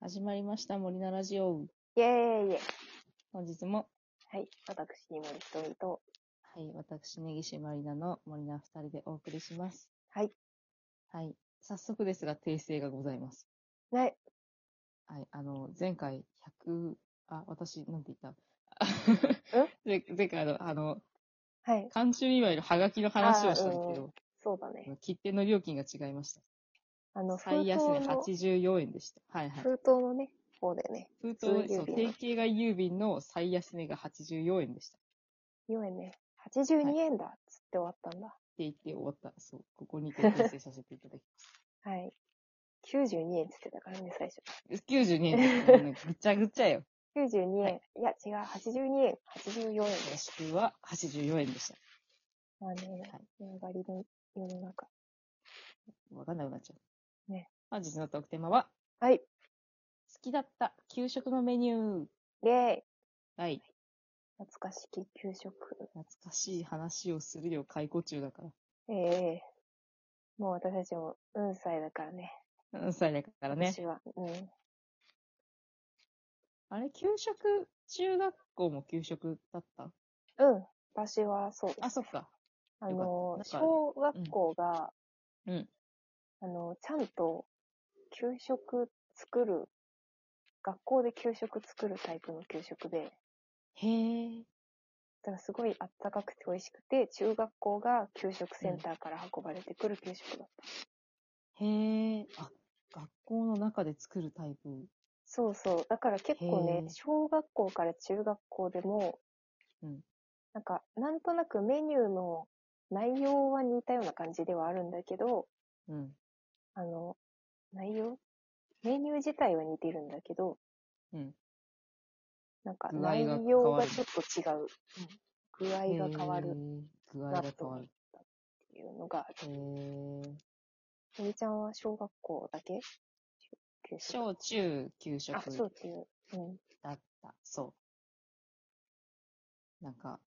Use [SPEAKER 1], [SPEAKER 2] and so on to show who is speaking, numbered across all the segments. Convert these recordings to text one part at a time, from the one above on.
[SPEAKER 1] 始まりました、森菜ラジオ。
[SPEAKER 2] イェーイ
[SPEAKER 1] 本日も、
[SPEAKER 2] はい、私、森ひとみと、
[SPEAKER 1] はい、私、根岸まりなの森菜二人でお送りします。
[SPEAKER 2] はい。
[SPEAKER 1] はい。早速ですが、訂正がございます。
[SPEAKER 2] ね、
[SPEAKER 1] はい。あの、前回、100、あ、私、なんて言った
[SPEAKER 2] え
[SPEAKER 1] 前前回あの、あの、
[SPEAKER 2] はい、
[SPEAKER 1] 監修祝いのハガキの話をしたんですけ
[SPEAKER 2] あーう
[SPEAKER 1] ど、
[SPEAKER 2] そうだね。
[SPEAKER 1] 切手の料金が違いました。
[SPEAKER 2] あの、封
[SPEAKER 1] 最
[SPEAKER 2] 筒
[SPEAKER 1] 安値
[SPEAKER 2] の、
[SPEAKER 1] 84円でした。はいはい。
[SPEAKER 2] 封筒のね、方でね、
[SPEAKER 1] 封筒、
[SPEAKER 2] 通郵便
[SPEAKER 1] そう、定型外郵便の最安値が84円でした。
[SPEAKER 2] 4円ね、82円だっつって終わったんだ。
[SPEAKER 1] って言って終わった。そう、ここにて訂正させていただき
[SPEAKER 2] はい。92円っつってたからね、最初。
[SPEAKER 1] ます。92円ですもう ね。ぐちゃぐちゃよ。
[SPEAKER 2] 92円、、
[SPEAKER 1] はい
[SPEAKER 2] や、違う、82円、84円
[SPEAKER 1] 正
[SPEAKER 2] で
[SPEAKER 1] しくは84円でした。
[SPEAKER 2] まあね
[SPEAKER 1] はい、
[SPEAKER 2] 値上がりの世の中。
[SPEAKER 1] わかんなくなっちゃう。
[SPEAKER 2] ね。
[SPEAKER 1] 本日のトークテーマは、
[SPEAKER 2] はい、
[SPEAKER 1] 好きだった給食のメニュー。
[SPEAKER 2] イェーイ
[SPEAKER 1] はい。
[SPEAKER 2] 懐かしき給食。
[SPEAKER 1] 懐かしい話をするよ、解雇中だか
[SPEAKER 2] ええもう私たちも、うん歳だからね。
[SPEAKER 1] ら。何歳だからね。
[SPEAKER 2] 私は。うん。
[SPEAKER 1] あれ、給食、中学校も給食だった
[SPEAKER 2] うん。私はそうです。
[SPEAKER 1] あ、そっか。
[SPEAKER 2] あ
[SPEAKER 1] よか
[SPEAKER 2] の、
[SPEAKER 1] ったなんか
[SPEAKER 2] 小学校が、
[SPEAKER 1] うんうん
[SPEAKER 2] あの、ちゃんと給食作る、学校で給食作るタイプの給食で、
[SPEAKER 1] へえ。
[SPEAKER 2] だからすごいあったかくて美味しくて、中学校が給食センターから運ばれてくる給食だった。
[SPEAKER 1] へえ。あ、学校の中で作るタイプ。
[SPEAKER 2] そうそう。だから結構
[SPEAKER 1] へえ
[SPEAKER 2] ね、小学校から中学校でも、
[SPEAKER 1] うん
[SPEAKER 2] なんか、なんとなくメニューの内容は似たような感じではあるんだけど、
[SPEAKER 1] うん。
[SPEAKER 2] あの、内容メニュー自体は似てるんだけど、
[SPEAKER 1] うん。
[SPEAKER 2] なんか
[SPEAKER 1] 具合が
[SPEAKER 2] 内
[SPEAKER 1] 変
[SPEAKER 2] 容
[SPEAKER 1] わ
[SPEAKER 2] が
[SPEAKER 1] る
[SPEAKER 2] ちょっと違う。具合が変わる
[SPEAKER 1] へ
[SPEAKER 2] っ
[SPEAKER 1] ー。具合が変わる。
[SPEAKER 2] ていうのがある、
[SPEAKER 1] へえ。
[SPEAKER 2] おみちゃんは小学校だけ給食
[SPEAKER 1] 小中給食
[SPEAKER 2] あ、そうっていう。うん。
[SPEAKER 1] だった。そう。なんか、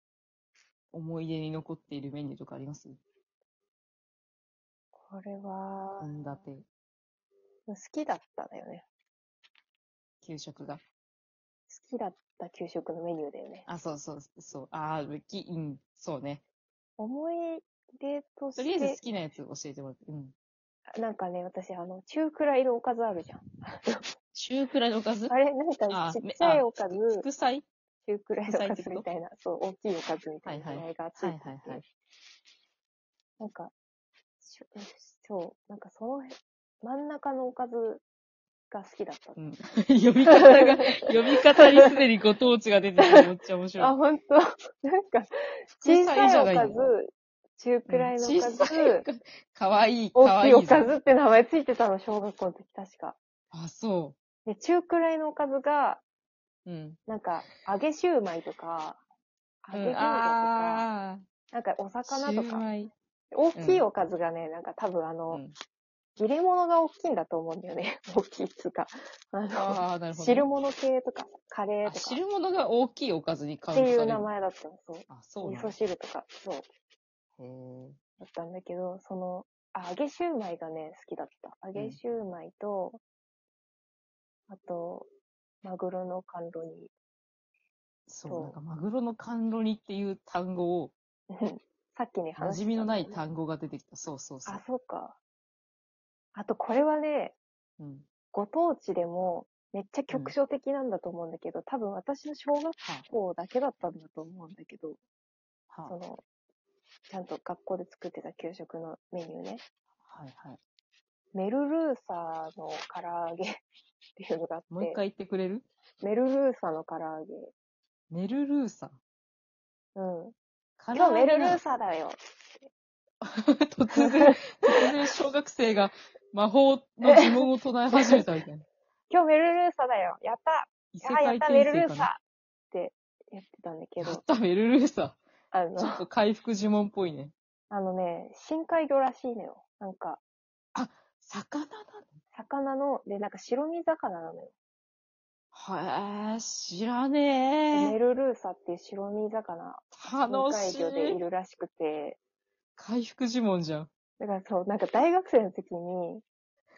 [SPEAKER 1] 思い出に残っているメニューとかあります
[SPEAKER 2] これは、
[SPEAKER 1] 献立、
[SPEAKER 2] 好きだったんだよね。
[SPEAKER 1] 給食が。
[SPEAKER 2] 好きだった給食のメニューだよね。
[SPEAKER 1] あ、そうそう、そう。あー、き、うん、そうね。
[SPEAKER 2] 思い出と
[SPEAKER 1] とりあえず好
[SPEAKER 2] して、
[SPEAKER 1] きなやつ教えてもらって。うん。
[SPEAKER 2] なんかね、私、あの、中くらいのおかずあるじゃん。
[SPEAKER 1] 中くらいのおかず
[SPEAKER 2] あれ、なん
[SPEAKER 1] あ
[SPEAKER 2] かちっちゃい
[SPEAKER 1] めあ
[SPEAKER 2] おかず、
[SPEAKER 1] 副菜
[SPEAKER 2] 中くらいのお
[SPEAKER 1] 副
[SPEAKER 2] か
[SPEAKER 1] 菜ってこと
[SPEAKER 2] ずみたいな、そう、大きいおかずみたいな
[SPEAKER 1] はい
[SPEAKER 2] 名
[SPEAKER 1] はい
[SPEAKER 2] 前がつい
[SPEAKER 1] は
[SPEAKER 2] て
[SPEAKER 1] い
[SPEAKER 2] いて、
[SPEAKER 1] はいはい。
[SPEAKER 2] なんか、しょそう、なんかその辺、真ん中のおかずが好きだった。
[SPEAKER 1] うん。 読み方 が、読み方にすでにご当地が出てて、めっちゃ面白
[SPEAKER 2] あ、
[SPEAKER 1] い。
[SPEAKER 2] ほんと なんか、
[SPEAKER 1] 小
[SPEAKER 2] 小
[SPEAKER 1] さいじゃ
[SPEAKER 2] さ
[SPEAKER 1] ない
[SPEAKER 2] い
[SPEAKER 1] の
[SPEAKER 2] おかず、中くらいのおか
[SPEAKER 1] うん小さいお
[SPEAKER 2] ず、
[SPEAKER 1] かずかわいい、か
[SPEAKER 2] 大
[SPEAKER 1] わ
[SPEAKER 2] き
[SPEAKER 1] い
[SPEAKER 2] い
[SPEAKER 1] いぞ。
[SPEAKER 2] おかずって名前ついてたの、小学校の時確か。
[SPEAKER 1] あ、そ
[SPEAKER 2] で、中くらいのおかずが、
[SPEAKER 1] う。うん。
[SPEAKER 2] なんか、揚げシューマイとか、
[SPEAKER 1] う
[SPEAKER 2] 揚
[SPEAKER 1] ん、
[SPEAKER 2] げ餃子とか、
[SPEAKER 1] あ
[SPEAKER 2] なんかお
[SPEAKER 1] ー、
[SPEAKER 2] 魚と
[SPEAKER 1] シュー
[SPEAKER 2] か、
[SPEAKER 1] マイ。
[SPEAKER 2] 大きいおかずがね、なんか多分あ
[SPEAKER 1] う
[SPEAKER 2] の、
[SPEAKER 1] ん。
[SPEAKER 2] 切れ物が大きいんだと思うんだよね。 大きいっつうか。あの、
[SPEAKER 1] あー、なるほど。
[SPEAKER 2] 汁物系とか、カレー
[SPEAKER 1] あ
[SPEAKER 2] とか
[SPEAKER 1] 汁物が大きいおかずにカ
[SPEAKER 2] っ
[SPEAKER 1] ウン
[SPEAKER 2] て
[SPEAKER 1] トされる。
[SPEAKER 2] いう名前だったの。そう。
[SPEAKER 1] あ、そう
[SPEAKER 2] 味
[SPEAKER 1] なんだ。
[SPEAKER 2] 噌汁とか、そう。
[SPEAKER 1] へ
[SPEAKER 2] だったんだけど、その、あ、揚げシューマイがね、好きだった。揚げシューマイと、あと、マグロの甘露煮。
[SPEAKER 1] そ、
[SPEAKER 2] そうう
[SPEAKER 1] なんかマグロの甘露煮っていう単語を、
[SPEAKER 2] さっきね、
[SPEAKER 1] 馴
[SPEAKER 2] 話
[SPEAKER 1] 染みのない
[SPEAKER 2] したんだよね
[SPEAKER 1] 単語が出てきた。そうそうそう
[SPEAKER 2] あ、。そうか。あと、これはね、
[SPEAKER 1] うん。
[SPEAKER 2] ご当地でも、めっちゃ局所的なんだと思うんだけど、多分私の小学
[SPEAKER 1] は
[SPEAKER 2] 校だけだったんだと思うんだけど、
[SPEAKER 1] あ、は
[SPEAKER 2] その、ちゃんと学校で作ってた給食のメニューね。
[SPEAKER 1] あ、はいはい。
[SPEAKER 2] メルルーサの唐揚げ っていうのがあ
[SPEAKER 1] も
[SPEAKER 2] っ
[SPEAKER 1] う一
[SPEAKER 2] て、
[SPEAKER 1] 回言ってくれる
[SPEAKER 2] メルルーサの唐揚げ。
[SPEAKER 1] メルルーサ。
[SPEAKER 2] うん。
[SPEAKER 1] 唐
[SPEAKER 2] 今日メルルー
[SPEAKER 1] な
[SPEAKER 2] サだよ。
[SPEAKER 1] 突 然、突然小学生が魔法の呪文を唱え始めたみたいな。
[SPEAKER 2] 今日メルルーサだよ。やった
[SPEAKER 1] 異世
[SPEAKER 2] あー、や
[SPEAKER 1] 界
[SPEAKER 2] った
[SPEAKER 1] 転
[SPEAKER 2] メルル
[SPEAKER 1] 生
[SPEAKER 2] ー
[SPEAKER 1] か
[SPEAKER 2] サ
[SPEAKER 1] な。
[SPEAKER 2] ってやってたんだけ
[SPEAKER 1] やっ
[SPEAKER 2] ど、
[SPEAKER 1] た、メルルーサ。
[SPEAKER 2] あ
[SPEAKER 1] ちょ
[SPEAKER 2] の
[SPEAKER 1] っ、と回復呪文っぽいね。
[SPEAKER 2] あのね、深海魚らしいのよ。なんか、
[SPEAKER 1] 魚な
[SPEAKER 2] 魚の、で、なんか白身魚なのよ。
[SPEAKER 1] のへえ、知らね
[SPEAKER 2] メ
[SPEAKER 1] え。
[SPEAKER 2] ルルーサっていう白身魚、深
[SPEAKER 1] 楽
[SPEAKER 2] 海
[SPEAKER 1] し
[SPEAKER 2] 魚でい
[SPEAKER 1] い。
[SPEAKER 2] るらしくて、
[SPEAKER 1] 回復呪文じゃん。
[SPEAKER 2] だからそう、なんか大学生の時に、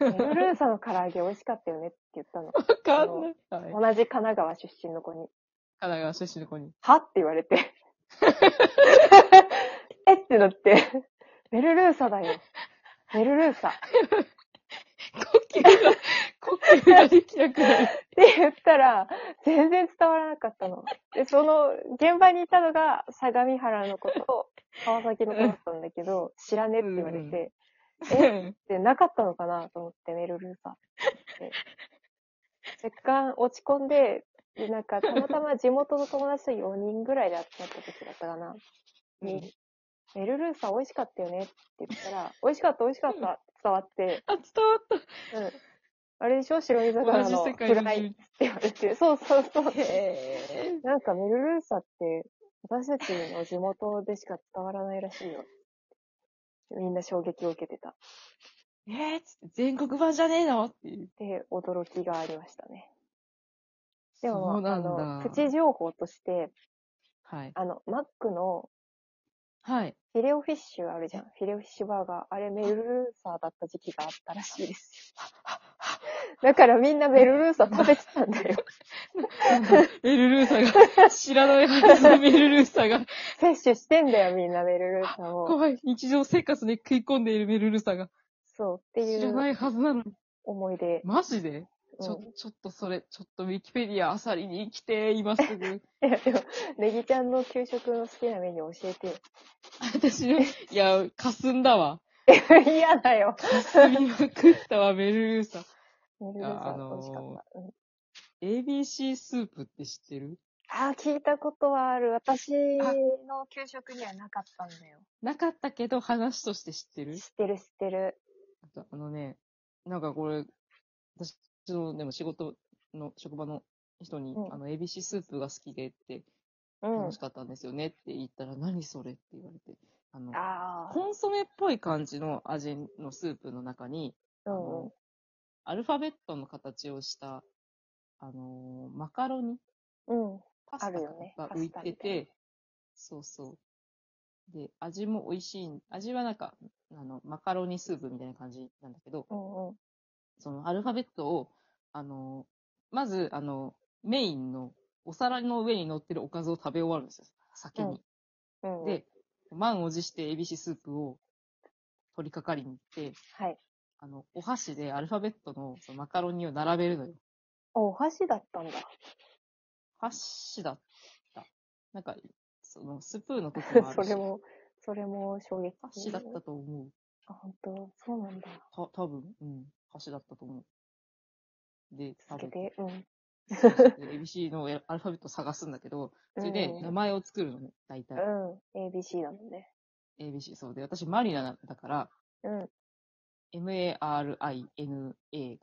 [SPEAKER 2] ルルーさんの唐揚げ美味しかったよねって言っ たの。
[SPEAKER 1] わかんない。はい。神
[SPEAKER 2] 同じ神奈川出身の子に、
[SPEAKER 1] 奈川出身の子に。
[SPEAKER 2] はって言われて。 えってなって、メルルーサだよ。メルルーサ。っ
[SPEAKER 1] 呼吸が、呼吸ができなくなる。
[SPEAKER 2] て言ったら、全然伝わらなかったの。で、その、現場にいたのが、相模原の子と、川崎の子だったんだけど、知らねえって言われ
[SPEAKER 1] うん
[SPEAKER 2] て、で、なかったのかなと思って、メルルーサって。若干落ち込んで、で、なんか、た またま地元の友達と4人ぐらいで集まった時だったかな。に、メルルーサ美味しかったよねって言ったら、美味しかった美味しかったって伝わって、
[SPEAKER 1] あ、伝わっ
[SPEAKER 2] うん。あれでしょ白身
[SPEAKER 1] た。
[SPEAKER 2] 魚
[SPEAKER 1] 同じ
[SPEAKER 2] の
[SPEAKER 1] 世界
[SPEAKER 2] フライって言われて。そうそうそう。
[SPEAKER 1] へぇ
[SPEAKER 2] なんかメルルーサって、私たちの地元でしか伝わらないらしいよ。みんな衝撃を受けてた。
[SPEAKER 1] ー。えー、つって全国版じゃねえのっていう。
[SPEAKER 2] で、驚きがありましたね。で
[SPEAKER 1] そ
[SPEAKER 2] も
[SPEAKER 1] う、
[SPEAKER 2] あ
[SPEAKER 1] なんだ
[SPEAKER 2] の、プチ情報として、
[SPEAKER 1] はい。
[SPEAKER 2] あの、マックの
[SPEAKER 1] はい。
[SPEAKER 2] フィレオフィッシュあるじゃん。フィレオフィッシュバーガー。あれ、メルルーサーだった時期があったらしいで すよ。だからみんなメルルーサー食べてたんだよ。
[SPEAKER 1] エルルーサが、知らないはずのメルルーサ が、
[SPEAKER 2] 摂取してんだよ、みんなメルルーサーを。
[SPEAKER 1] 怖い。日常生活に食い込んでいるメルルーサが、
[SPEAKER 2] そう、ってい
[SPEAKER 1] 知らな
[SPEAKER 2] う
[SPEAKER 1] いはずなのに。
[SPEAKER 2] 思い出。
[SPEAKER 1] マジでちょ
[SPEAKER 2] う、
[SPEAKER 1] ちょっとそれ、ちょっとウィキペディアあさりに来て、今す ぐ。
[SPEAKER 2] ん、いや、でも、ネギちゃんの給食の好きなメニュー教えてよ。
[SPEAKER 1] 私の、いや、霞んだわ。
[SPEAKER 2] 嫌だよ。
[SPEAKER 1] 霞みまくったわ、メルルーサ。
[SPEAKER 2] メルルーサ
[SPEAKER 1] あ
[SPEAKER 2] ー
[SPEAKER 1] のー
[SPEAKER 2] 美味しかった。うん
[SPEAKER 1] ABC スープって知ってる
[SPEAKER 2] ああ、聞いたことはある。私の給食にはなかったんだよ。
[SPEAKER 1] なかったけど話として知ってる
[SPEAKER 2] 知ってる知ってる。
[SPEAKER 1] あとあのね、なんかこれ、私のでも仕事の職場の人に、
[SPEAKER 2] うん
[SPEAKER 1] あの、ABC スープが好きでって、
[SPEAKER 2] うん
[SPEAKER 1] 楽し。かったんですよねって言ったら、何それって言われて、あの、
[SPEAKER 2] あ
[SPEAKER 1] コンソメっぽい感じの味のスープの中に、
[SPEAKER 2] あ、
[SPEAKER 1] あ
[SPEAKER 2] うんうん
[SPEAKER 1] の。アルファベットの形をした、あのーマカロニ、
[SPEAKER 2] うん。
[SPEAKER 1] パス
[SPEAKER 2] あ
[SPEAKER 1] タ
[SPEAKER 2] るよね
[SPEAKER 1] が浮いて
[SPEAKER 2] パスタみたい
[SPEAKER 1] て、そうそう。で、味も美味しい。味はなんか、あの、マカロニスープみたいな感じなんだけど、
[SPEAKER 2] うんうん。
[SPEAKER 1] そのアルファベットを、あのーまず、あの、メインのお皿の上に乗ってるおかずを食べ終わるんですよ。先に。
[SPEAKER 2] うんうん、
[SPEAKER 1] で、満を持してエビシスープを取り掛かりに行って、
[SPEAKER 2] はい。
[SPEAKER 1] あの、お箸でアルファベットのそのマカロニを並べるのよ。
[SPEAKER 2] あお箸だったんだ。
[SPEAKER 1] 箸だった。なんか、その、スプーンの時もあ
[SPEAKER 2] そ
[SPEAKER 1] るし
[SPEAKER 2] れ、も、それも衝撃。
[SPEAKER 1] 箸だったと思う。
[SPEAKER 2] あ、本当そうなんだ。
[SPEAKER 1] た、多分うん、箸だったと思う。で、食
[SPEAKER 2] つけ
[SPEAKER 1] べて、
[SPEAKER 2] て、うん。
[SPEAKER 1] ABC のアルファベットを探すんだけ ど、それ
[SPEAKER 2] う
[SPEAKER 1] で
[SPEAKER 2] んうん
[SPEAKER 1] 名前を作るのね、大体。
[SPEAKER 2] うん。ABC だもんね。
[SPEAKER 1] ABC、そうで、私マリナだから、
[SPEAKER 2] うん。
[SPEAKER 1] MARINA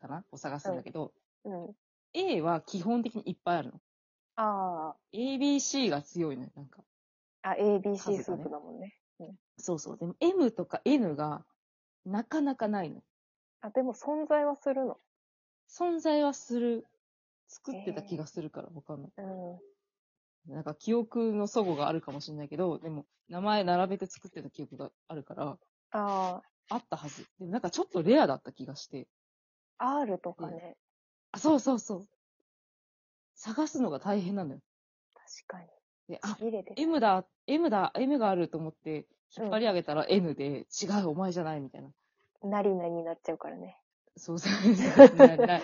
[SPEAKER 1] かなを探すんだけど、
[SPEAKER 2] うん。
[SPEAKER 1] A は基本的にいっぱいあるの。
[SPEAKER 2] あ
[SPEAKER 1] ABC が強いのよ、なんか。
[SPEAKER 2] あ、あ、ABC
[SPEAKER 1] 数がね
[SPEAKER 2] スープだもんね。
[SPEAKER 1] そうそう。でも M とか N がなかなかないの。
[SPEAKER 2] あ、でも存在はするの。
[SPEAKER 1] 存在はする。作ってた気がするからわかんない。
[SPEAKER 2] うん。
[SPEAKER 1] なんか記憶の齟齬があるかもしれないけど、でも名前並べて作ってた記憶があるから、
[SPEAKER 2] あ
[SPEAKER 1] あったはず。でもなんかちょっとレアだった気がして。
[SPEAKER 2] あ、R とかね。
[SPEAKER 1] あ、そうそうそう。探すのが大変なのよ。
[SPEAKER 2] 確かに。
[SPEAKER 1] で、
[SPEAKER 2] ち
[SPEAKER 1] あ、
[SPEAKER 2] ぎれてた。
[SPEAKER 1] M だ、M だ、M があると思って、引っ張り上げたら N で、違う、お前じゃない、みたいな。
[SPEAKER 2] なりなになっちゃうからね。
[SPEAKER 1] そうそう そう。な、な、
[SPEAKER 2] な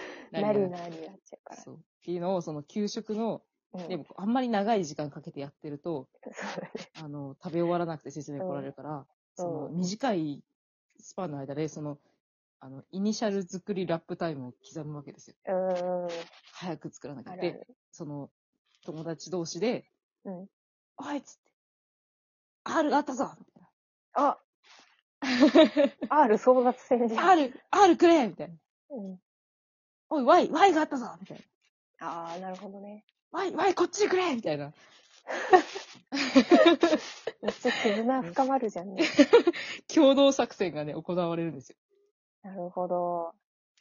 [SPEAKER 2] り
[SPEAKER 1] 々
[SPEAKER 2] なになっちゃうから。
[SPEAKER 1] そう。っていうのを、その給食の、
[SPEAKER 2] うん
[SPEAKER 1] でも、あんまり長い時間かけてやってると、
[SPEAKER 2] そう
[SPEAKER 1] あの、食べ終わらなくて説明来られるから、その、
[SPEAKER 2] うん
[SPEAKER 1] 短いスパンの間で、その、あの、イニシャル作りラップタイムを刻むわけですよ。
[SPEAKER 2] うーん。
[SPEAKER 1] 早く作らなきゃ。
[SPEAKER 2] あるあ
[SPEAKER 1] で、
[SPEAKER 2] る。
[SPEAKER 1] その、友達同士で、
[SPEAKER 2] うん。
[SPEAKER 1] おいっつって、R があったぞみたいな。
[SPEAKER 2] あ !R 争奪戦じゃん。
[SPEAKER 1] R、R くれみたいな。
[SPEAKER 2] うん。
[SPEAKER 1] おい、Y、Y があったぞみたいな。
[SPEAKER 2] ああ、なるほどね。
[SPEAKER 1] Y、Y こっちにくれみたいな。
[SPEAKER 2] めっちゃ絆深まるじゃ んね。
[SPEAKER 1] 共同作戦がね、行われるんですよ。
[SPEAKER 2] なるほど。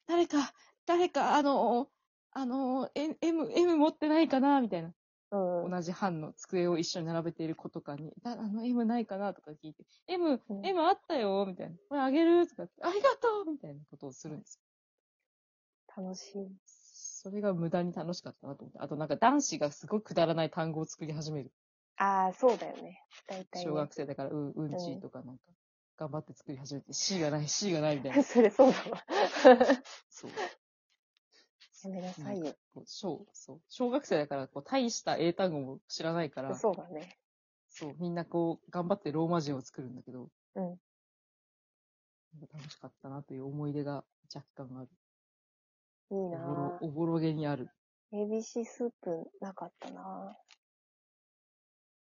[SPEAKER 1] 誰か、誰か、あの、あの、M、M M 持ってないかなみたいな。
[SPEAKER 2] うん。
[SPEAKER 1] 同じ班の机を一緒に並べている子とかに、だあの、M ないかなとか聞いて、M、
[SPEAKER 2] うん
[SPEAKER 1] M あったよみたいな。これあげるとかってありがとうみたいなことをするんです
[SPEAKER 2] 楽しい。
[SPEAKER 1] それが無駄に楽しかったなと思って。あとなんか男子がすごいくだらない単語を作り始める。
[SPEAKER 2] ああ、そうだよね。大体、
[SPEAKER 1] 小学生だから、うん、うんちとかなんか、頑張って作り始めて、C がない、C がないみたいな。
[SPEAKER 2] 生。 それそうだわ。
[SPEAKER 1] そう。
[SPEAKER 2] やめなさいよ。
[SPEAKER 1] こう小そう小学生だから、こう、大した英単語も知らないから、
[SPEAKER 2] そうだね。
[SPEAKER 1] そう、みんなこう、頑張ってローマ字を作るんだけど、
[SPEAKER 2] うん。
[SPEAKER 1] なんか楽しかったなという思い出が若干ある。
[SPEAKER 2] いい
[SPEAKER 1] おぼ
[SPEAKER 2] な
[SPEAKER 1] ろおぼろげにある。
[SPEAKER 2] ぁ。ABC スープなかったな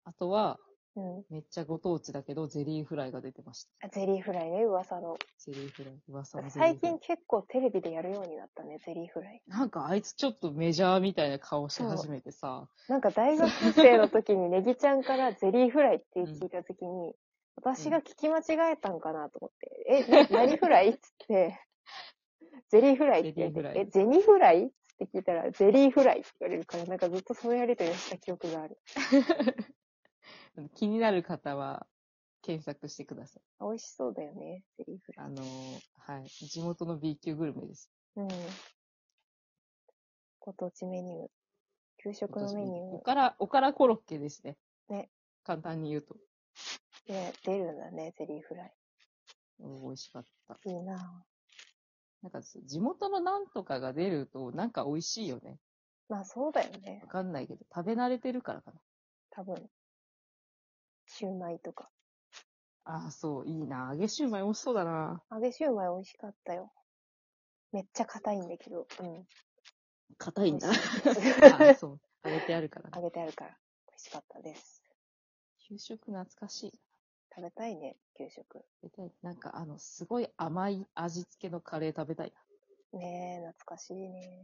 [SPEAKER 1] あとは、
[SPEAKER 2] ぁ。うん。
[SPEAKER 1] めっちゃご当地だけど、ゼリーフライが出てました。
[SPEAKER 2] あゼリーフライね、噂の。
[SPEAKER 1] ゼリーフライ。噂のゼリー
[SPEAKER 2] 最
[SPEAKER 1] フライ
[SPEAKER 2] 近。結構テレビでやるようになったね、ゼリーフライ。
[SPEAKER 1] なんかあいつちょっとメジャーみたいな顔し始めてさ、
[SPEAKER 2] なんか大学生の時にネギちゃんからゼリーフライって聞いた時に、私が聞き間違えたんかなと思 って、え、な何フライっつ って、ゼリーフライって言われて、え、ゼニフライって聞いたら、ゼリーフライって言われるから、なんかずっとそのやりとりをした記憶がある。
[SPEAKER 1] 気になる方は検索してください。
[SPEAKER 2] 美味しそうだよね、ゼリーフライ。
[SPEAKER 1] あのーはい。地元の B 級グルメです。
[SPEAKER 2] うん。ご当地メニュー。給食のメニ
[SPEAKER 1] お
[SPEAKER 2] ュ
[SPEAKER 1] から、おからコロッケですね。
[SPEAKER 2] ね。
[SPEAKER 1] 簡単に言うと。
[SPEAKER 2] ー。ね、出るんだね、ゼリーフライ。
[SPEAKER 1] うん美味しかった。
[SPEAKER 2] いいな
[SPEAKER 1] なんか、地元のなんとかが出ると、なんか美味しいよね。
[SPEAKER 2] ぁ。まあそうだよね
[SPEAKER 1] わ、かんないけど、食べ慣れてるからかな。
[SPEAKER 2] 多分。シューマイとか。
[SPEAKER 1] ああ、そう、いいな。揚げシューマイ美味しそうだな。
[SPEAKER 2] 揚げシューマイ美味しかったよ。めっちゃ硬いんだけど、うん。
[SPEAKER 1] 硬いんだ。あ
[SPEAKER 2] 美
[SPEAKER 1] ーそう。揚げてあるから。
[SPEAKER 2] 揚げてあるから、美味しかったです。
[SPEAKER 1] 給食懐かしい。
[SPEAKER 2] 食べたいね、給食。
[SPEAKER 1] 食べたいなんか、あの、すごい甘い味付けのカレー食べたいな。
[SPEAKER 2] ねえ、懐かしいね。